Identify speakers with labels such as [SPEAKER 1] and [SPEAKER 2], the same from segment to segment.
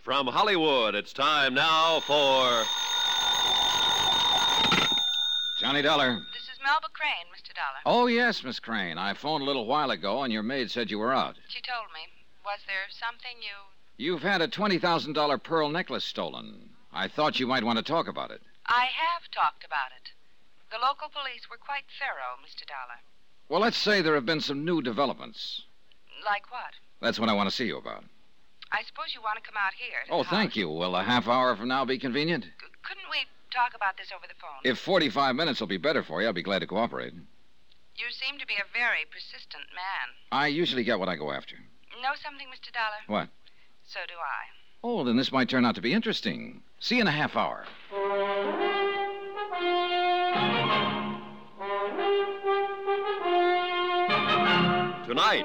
[SPEAKER 1] From Hollywood, it's time now for.
[SPEAKER 2] Johnny Dollar.
[SPEAKER 3] This is Melba Crane, Mr. Dollar.
[SPEAKER 2] Oh, yes, Miss Crane. I phoned a little while ago, and your maid said you were out.
[SPEAKER 3] She told me. Was there something you.
[SPEAKER 2] You've had a $20,000 pearl necklace stolen. I thought you might want to talk about it.
[SPEAKER 3] I have talked about it. The local police were quite thorough, Mr. Dollar.
[SPEAKER 2] Well, let's say there have been some new developments.
[SPEAKER 3] Like what?
[SPEAKER 2] That's what I want to see you about.
[SPEAKER 3] I suppose you want to come out here. to
[SPEAKER 2] Oh,
[SPEAKER 3] the
[SPEAKER 2] thank
[SPEAKER 3] house.
[SPEAKER 2] you. Will a half hour from now be convenient?
[SPEAKER 3] C- couldn't we talk about this over the phone?
[SPEAKER 2] If 45 minutes will be better for you, I'll be glad to cooperate.
[SPEAKER 3] You seem to be a very persistent man.
[SPEAKER 2] I usually get what I go after.
[SPEAKER 3] Know something, Mr. Dollar?
[SPEAKER 2] What?
[SPEAKER 3] So do I.
[SPEAKER 2] Oh, then this might turn out to be interesting. See you in a half hour.
[SPEAKER 1] Tonight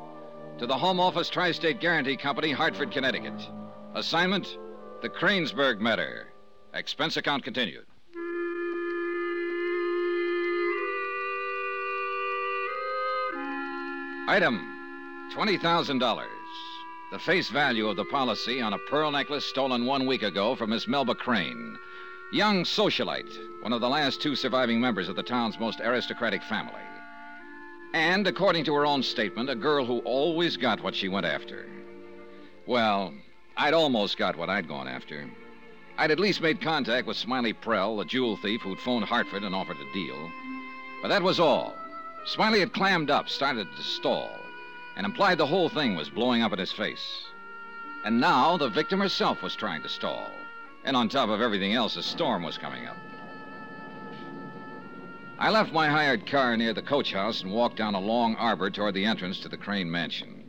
[SPEAKER 2] to the Home Office Tri State Guarantee Company, Hartford, Connecticut. Assignment The Cranesburg Matter. Expense account continued. Item $20,000. The face value of the policy on a pearl necklace stolen one week ago from Miss Melba Crane, young socialite, one of the last two surviving members of the town's most aristocratic family. And, according to her own statement, a girl who always got what she went after. Well, I'd almost got what I'd gone after. I'd at least made contact with Smiley Prell, the jewel thief who'd phoned Hartford and offered a deal. But that was all. Smiley had clammed up, started to stall, and implied the whole thing was blowing up in his face. And now the victim herself was trying to stall. And on top of everything else, a storm was coming up. I left my hired car near the coach house and walked down a long arbor toward the entrance to the Crane Mansion.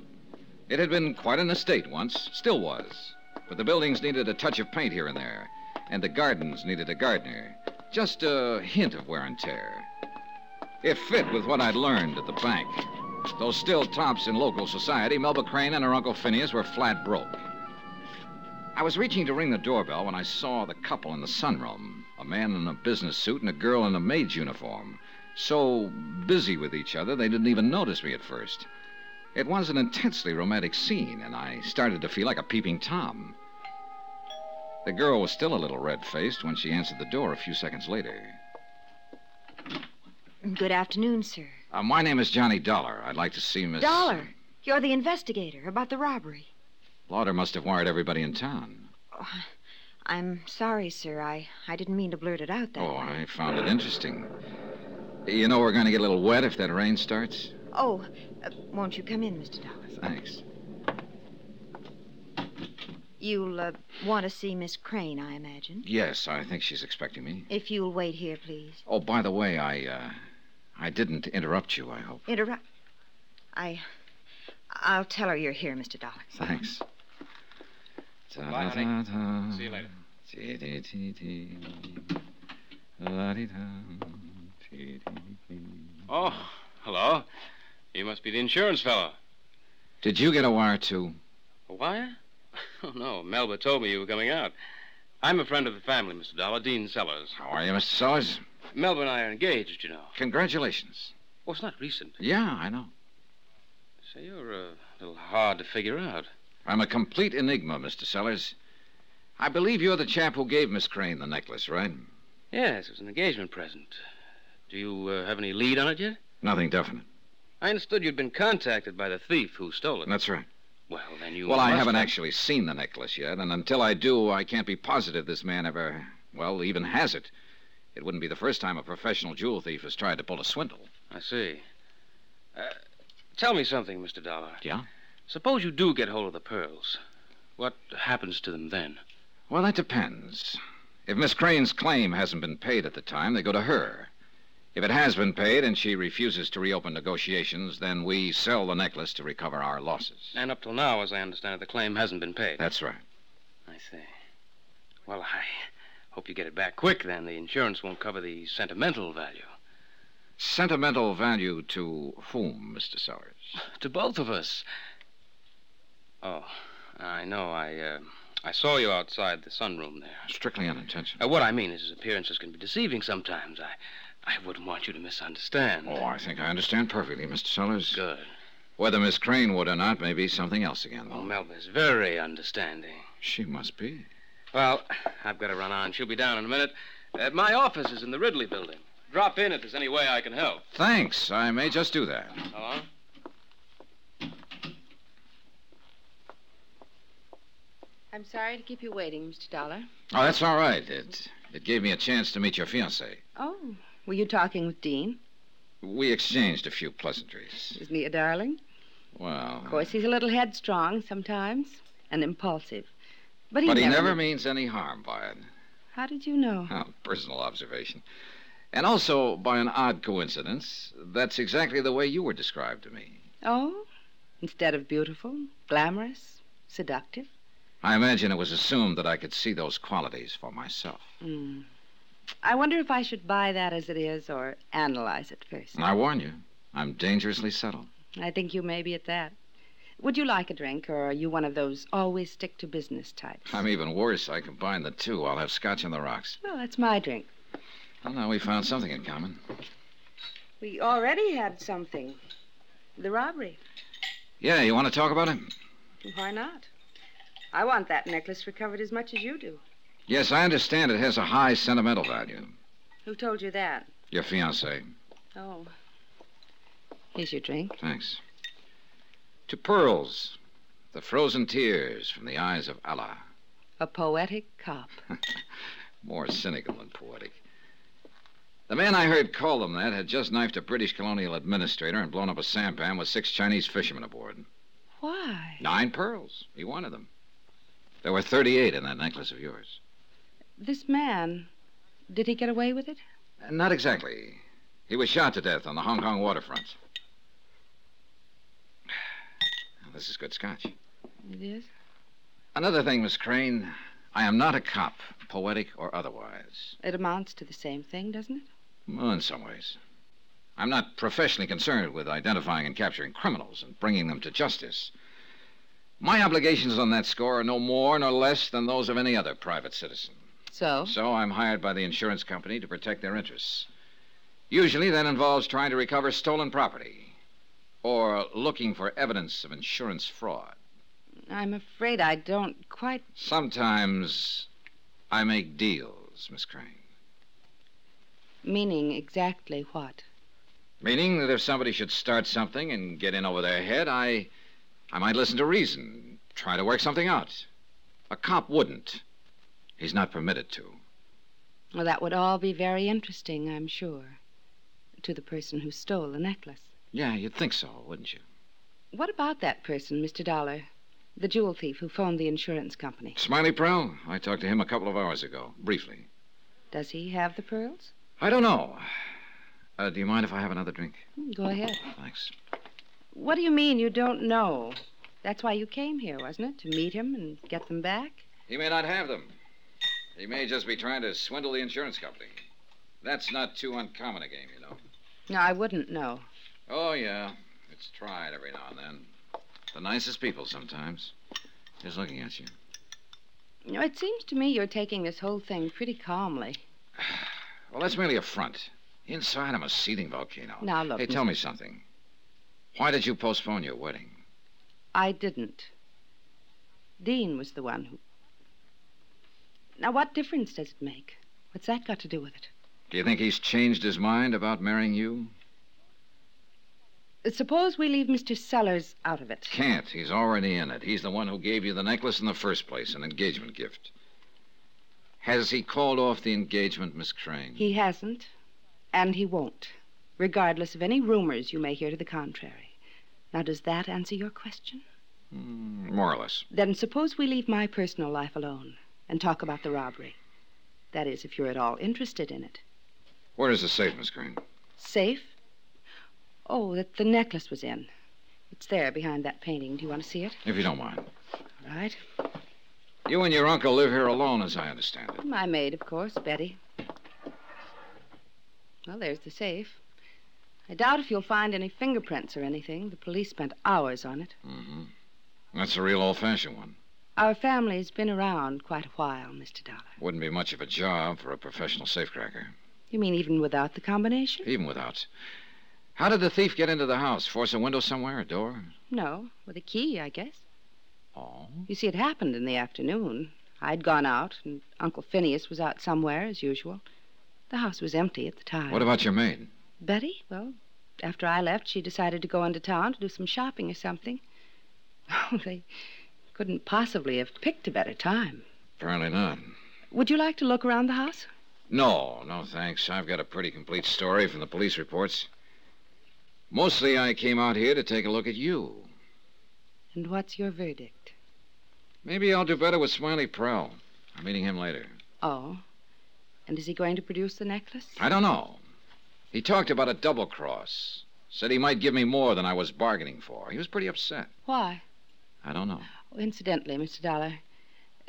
[SPEAKER 2] It had been quite an estate once, still was, but the buildings needed a touch of paint here and there, and the gardens needed a gardener. Just a hint of wear and tear. It fit with what I'd learned at the bank. Though still tops in local society, Melba Crane and her Uncle Phineas were flat broke. I was reaching to ring the doorbell when I saw the couple in the sunroom a man in a business suit and a girl in a maid's uniform. So busy with each other, they didn't even notice me at first. It was an intensely romantic scene, and I started to feel like a peeping Tom. The girl was still a little red faced when she answered the door a few seconds later.
[SPEAKER 4] Good afternoon, sir.
[SPEAKER 2] Uh, my name is Johnny Dollar. I'd like to see Miss.
[SPEAKER 4] Dollar, you're the investigator about the robbery.
[SPEAKER 2] Lauder must have wired everybody in town.
[SPEAKER 4] I'm sorry, sir. I, I didn't mean to blurt it out that
[SPEAKER 2] Oh,
[SPEAKER 4] way.
[SPEAKER 2] I found it interesting. You know, we're going to get a little wet if that rain starts.
[SPEAKER 4] Oh, uh, won't you come in, Mr. Dollar?
[SPEAKER 2] Thanks.
[SPEAKER 4] You'll uh, want to see Miss Crane, I imagine.
[SPEAKER 2] Yes, I think she's expecting me.
[SPEAKER 4] If you'll wait here, please.
[SPEAKER 2] Oh, by the way, I, uh, I didn't interrupt you, I hope.
[SPEAKER 4] Interrupt. I. I'll tell her you're here, Mr. Dollar.
[SPEAKER 2] Thanks.
[SPEAKER 5] Bye, honey. See you later. Oh, hello. You must be the insurance fellow.
[SPEAKER 2] Did you get a wire, too?
[SPEAKER 5] A wire? Oh, no. Melba told me you were coming out. I'm a friend of the family, Mr. Dollar, Dean Sellers.
[SPEAKER 2] How are you, Mr. Sellers?
[SPEAKER 5] Melba and I are engaged, you know.
[SPEAKER 2] Congratulations.
[SPEAKER 5] Oh, it's not recent.
[SPEAKER 2] Yeah, I know.
[SPEAKER 5] So you're a little hard to figure out.
[SPEAKER 2] I'm a complete enigma, Mr. Sellers. I believe you're the chap who gave Miss Crane the necklace, right?
[SPEAKER 5] Yes, it was an engagement present. Do you uh, have any lead on it yet?
[SPEAKER 2] Nothing definite.
[SPEAKER 5] I understood you'd been contacted by the thief who stole it.
[SPEAKER 2] That's right.
[SPEAKER 5] Well, then you.
[SPEAKER 2] Well, I
[SPEAKER 5] must
[SPEAKER 2] haven't
[SPEAKER 5] have-
[SPEAKER 2] actually seen the necklace yet, and until I do, I can't be positive this man ever, well, even has it. It wouldn't be the first time a professional jewel thief has tried to pull a swindle.
[SPEAKER 5] I see. Uh, tell me something, Mr. Dollar.
[SPEAKER 2] Yeah?
[SPEAKER 5] Suppose you do get hold of the pearls. What happens to them then?
[SPEAKER 2] Well, that depends. If Miss Crane's claim hasn't been paid at the time, they go to her. If it has been paid and she refuses to reopen negotiations, then we sell the necklace to recover our losses.
[SPEAKER 5] And up till now, as Uh, I understand it, the claim hasn't been paid.
[SPEAKER 2] That's right.
[SPEAKER 5] I see. Well, I, Hope you get it back quick, then. The insurance won't cover the sentimental value.
[SPEAKER 2] Sentimental value to whom, Mr. Sellers?
[SPEAKER 5] To both of us. Oh, I know. I, uh, I saw you outside the sunroom there.
[SPEAKER 2] Strictly unintentional.
[SPEAKER 5] Uh, what I mean is, his appearances can be deceiving sometimes. I, I wouldn't want you to misunderstand.
[SPEAKER 2] Oh, I think I understand perfectly, Mr. Sellers.
[SPEAKER 5] Good.
[SPEAKER 2] Whether Miss Crane would or not may be something else again,
[SPEAKER 5] Oh,
[SPEAKER 2] though.
[SPEAKER 5] Melba's very understanding.
[SPEAKER 2] She must be.
[SPEAKER 5] Well, I've got to run on. She'll be down in a minute. Uh, my office is in the Ridley building. Drop in if there's any way I can help.
[SPEAKER 2] Thanks. I may just do that.
[SPEAKER 5] Hello?
[SPEAKER 6] I'm sorry to keep you waiting, Mr. Dollar.
[SPEAKER 2] Oh, that's all right. It it gave me a chance to meet your fiancée.
[SPEAKER 6] Oh, were you talking with Dean?
[SPEAKER 2] We exchanged a few pleasantries.
[SPEAKER 6] Isn't he a darling?
[SPEAKER 2] Well,
[SPEAKER 6] Of course, he's a little headstrong sometimes and impulsive. But he
[SPEAKER 2] but he
[SPEAKER 6] never.
[SPEAKER 2] never means any harm by it.
[SPEAKER 6] How did you know?
[SPEAKER 2] Oh, personal observation. And also, by an odd coincidence, that's exactly the way you were described to me.
[SPEAKER 6] Oh, instead of beautiful, glamorous, seductive.
[SPEAKER 2] I imagine it was assumed that I could see those qualities for myself.
[SPEAKER 6] Mm. I wonder if I should buy that as it is or analyze it first.
[SPEAKER 2] And I warn you, I'm dangerously subtle.
[SPEAKER 6] I think you may be at that. Would you like a drink, or are you one of those always stick to business types?
[SPEAKER 2] I'm even worse. I combine the two. I'll have scotch on the rocks.
[SPEAKER 6] Well, that's my drink.
[SPEAKER 2] Well, now we found something in common.
[SPEAKER 6] We already had something. The robbery.
[SPEAKER 2] Yeah, you want to talk about it?
[SPEAKER 6] Why not? I want that necklace recovered as much as you do.
[SPEAKER 2] Yes, I understand it has a high sentimental value.
[SPEAKER 6] Who told you that?
[SPEAKER 2] Your fiancée.
[SPEAKER 6] Oh. Here's your drink.
[SPEAKER 2] Thanks. To pearls, the frozen tears from the eyes of Allah.
[SPEAKER 6] A poetic cop.
[SPEAKER 2] More cynical than poetic. The man I heard call them that had just knifed a British colonial administrator and blown up a sampan with six Chinese fishermen aboard.
[SPEAKER 6] Why?
[SPEAKER 2] Nine pearls. He wanted them. There were 38 in that necklace of yours.
[SPEAKER 6] This man. Did he get away with it?
[SPEAKER 2] Uh, Not exactly. He was shot to death on the Hong Kong waterfront. Now, This is good scotch.
[SPEAKER 6] It is.
[SPEAKER 2] Another thing, Miss Crane, I am not a cop, poetic or otherwise.
[SPEAKER 6] It amounts to the same thing, doesn't it?
[SPEAKER 2] Well, in some ways. I'm not professionally concerned with identifying and capturing criminals and bringing them to justice. My obligations on that score are no more nor less than those of any other private citizen.
[SPEAKER 3] Oh.
[SPEAKER 6] So?
[SPEAKER 2] So I'm hired by the insurance company to protect their interests. Usually that involves trying to recover stolen property or looking for evidence of insurance fraud.
[SPEAKER 6] I'm afraid I don't quite.
[SPEAKER 2] Sometimes I make deals, Miss Crane.
[SPEAKER 6] Meaning exactly what?
[SPEAKER 2] Meaning that if somebody should start something and get in over their head, I I might listen to reason, try to work something out. A cop wouldn't. He's not permitted to.
[SPEAKER 6] Well, that would all be very interesting, I'm sure. To the person who stole the necklace.
[SPEAKER 2] Yeah, you'd think so, wouldn't you?
[SPEAKER 6] What about that person, Mr. Dollar? The jewel thief who phoned the insurance company.
[SPEAKER 2] Smiley Prell? I talked to him a couple of hours ago, briefly.
[SPEAKER 6] Does he have the pearls?
[SPEAKER 2] I don't know. Uh, do you mind if I have another drink?
[SPEAKER 6] Hmm, Go ahead.
[SPEAKER 2] Thanks.
[SPEAKER 6] What do you mean you don't know? That's why you came here, wasn't it? To meet him and get them back?
[SPEAKER 2] He may not have them. He may just be trying to swindle the insurance company. That's not too uncommon a game, you know.
[SPEAKER 6] No, I wouldn't know.
[SPEAKER 2] Oh, yeah. It's tried every now and then. The nicest people sometimes. Just looking at you.
[SPEAKER 6] You know, it seems to me you're taking this whole thing pretty calmly.
[SPEAKER 2] Well, that's merely a front. Inside, I'm a seething volcano.
[SPEAKER 6] Now, look,
[SPEAKER 2] Hey, tell me something. Why did you postpone your wedding?
[SPEAKER 6] I didn't. Dean was the one who. Now, what difference does it make? What's that got to do with it?
[SPEAKER 2] Do you think he's changed his mind about marrying you?
[SPEAKER 6] Suppose we leave Mr. Sellers out of it.
[SPEAKER 2] Can't. He's already in it. He's the one who gave you the necklace in the first place, an engagement gift. Has he called off the engagement, Miss Crane?
[SPEAKER 6] He hasn't, and he won't, regardless of any rumors you may hear to the contrary. Now, does that answer your question?
[SPEAKER 2] Hmm, more or less.
[SPEAKER 6] Then suppose we leave my personal life alone and talk about the robbery. That is, if you're at all interested in it.
[SPEAKER 2] Where is the safe, Miss Crane?
[SPEAKER 6] Safe? Oh, that the necklace was in. It's there behind that painting. Do you want to see it?
[SPEAKER 2] If you don't mind.
[SPEAKER 6] All right.
[SPEAKER 2] You and your uncle live here alone, as I understand it.
[SPEAKER 6] My maid, of course, Betty. Well, there's the safe. I doubt if you'll find any fingerprints or anything. The police spent hours on it.
[SPEAKER 2] Mm-hmm. That's a real old-fashioned one.
[SPEAKER 6] Our family's been around quite a while, Mr. Dollar.
[SPEAKER 2] Wouldn't be much of a job for a professional safecracker,
[SPEAKER 6] You mean even without the combination?
[SPEAKER 2] even without. How did the thief get into the house? Force a window somewhere, a door?
[SPEAKER 6] No, with a key, I guess.
[SPEAKER 2] Oh.
[SPEAKER 6] You see, it happened in the afternoon. I'd gone out, and Uncle Phineas was out somewhere, as usual. The house was empty at the time.
[SPEAKER 2] What about your maid?
[SPEAKER 6] Betty? Well, after I left, she decided to go into town to do some shopping or something. Oh, they couldn't possibly have picked a better time.
[SPEAKER 2] Apparently not.
[SPEAKER 6] Would you like to look around the house?
[SPEAKER 2] No, no thanks. I've got a pretty complete story from the police reports. Mostly I came out here to take a look at you.
[SPEAKER 6] And what's your verdict?
[SPEAKER 2] Maybe I'll do better with Smiley Prowl. I'm meeting him later.
[SPEAKER 6] Oh. And is he going to produce the necklace?
[SPEAKER 2] I don't know. He talked about a double cross. Said he might give me more than I was bargaining for. He was pretty upset.
[SPEAKER 6] Why?
[SPEAKER 2] I don't know.
[SPEAKER 6] Oh, incidentally, Mr. Dollar,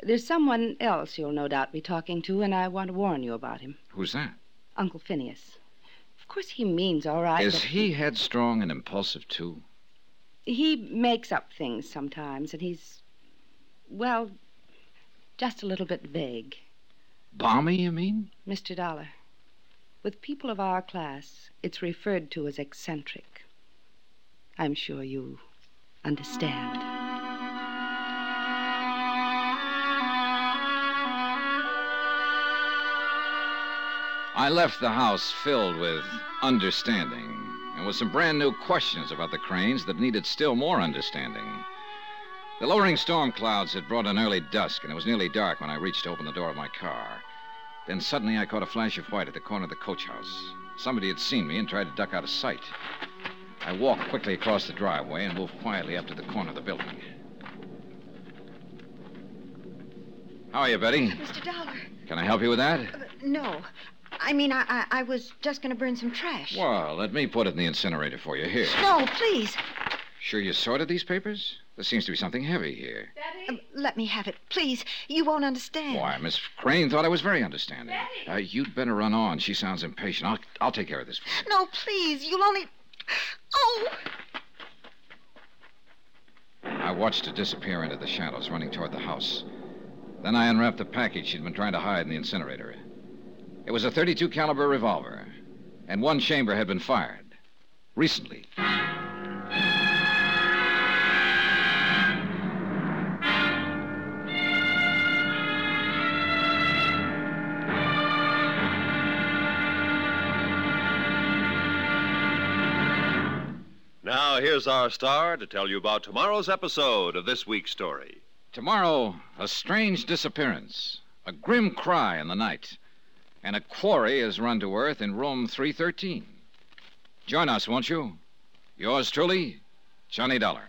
[SPEAKER 6] there's someone else you'll no doubt be talking to, and I want to warn you about him
[SPEAKER 2] Who's that?
[SPEAKER 6] Uncle Phineas. Of course, he means all right.
[SPEAKER 2] Is
[SPEAKER 6] but
[SPEAKER 2] he headstrong and impulsive, too?
[SPEAKER 6] He makes up things sometimes, and he's, well, just a little bit vague,
[SPEAKER 2] Balmy, you mean?
[SPEAKER 6] Mr. Dollar. With people of our class, it's referred to as eccentric. I'm sure you understand.
[SPEAKER 2] I left the house filled with understanding and with some brand new questions about the cranes that needed still more understanding. The lowering storm clouds had brought an early dusk, and it was nearly dark when I reached to open the door of my car. Then suddenly I caught a flash of white at the corner of the coach house. Somebody had seen me and tried to duck out of sight. I walked quickly across the driveway and moved quietly up to the corner of the building. How are you, Betty?
[SPEAKER 4] Mr. Dollar.
[SPEAKER 2] Can I help you with that?
[SPEAKER 4] Uh, no. I mean, I, I, I was just going to burn some trash.
[SPEAKER 2] Well, let me put it in the incinerator for you. Here.
[SPEAKER 4] No, please.
[SPEAKER 2] Sure you sorted these papers? There seems to be something heavy here.
[SPEAKER 4] Uh, let me have it, please. You won't understand.
[SPEAKER 2] Why, Miss Crane thought I was very understanding. Uh, you'd better run on. She sounds impatient. I'll, I'll take care of this. for you.
[SPEAKER 4] No, please. You'll only. Oh!
[SPEAKER 2] I watched her disappear into the shadows, running toward the house. Then I unwrapped the package she'd been trying to hide in the incinerator. It was a 32 caliber revolver, and one chamber had been fired recently.
[SPEAKER 1] Now, here's our star to tell you about tomorrow's episode of this week's story.
[SPEAKER 2] Tomorrow, a strange disappearance, a grim cry in the night, and a quarry is run to earth in room 313. Join us, won't you? Yours truly, Johnny Dollar.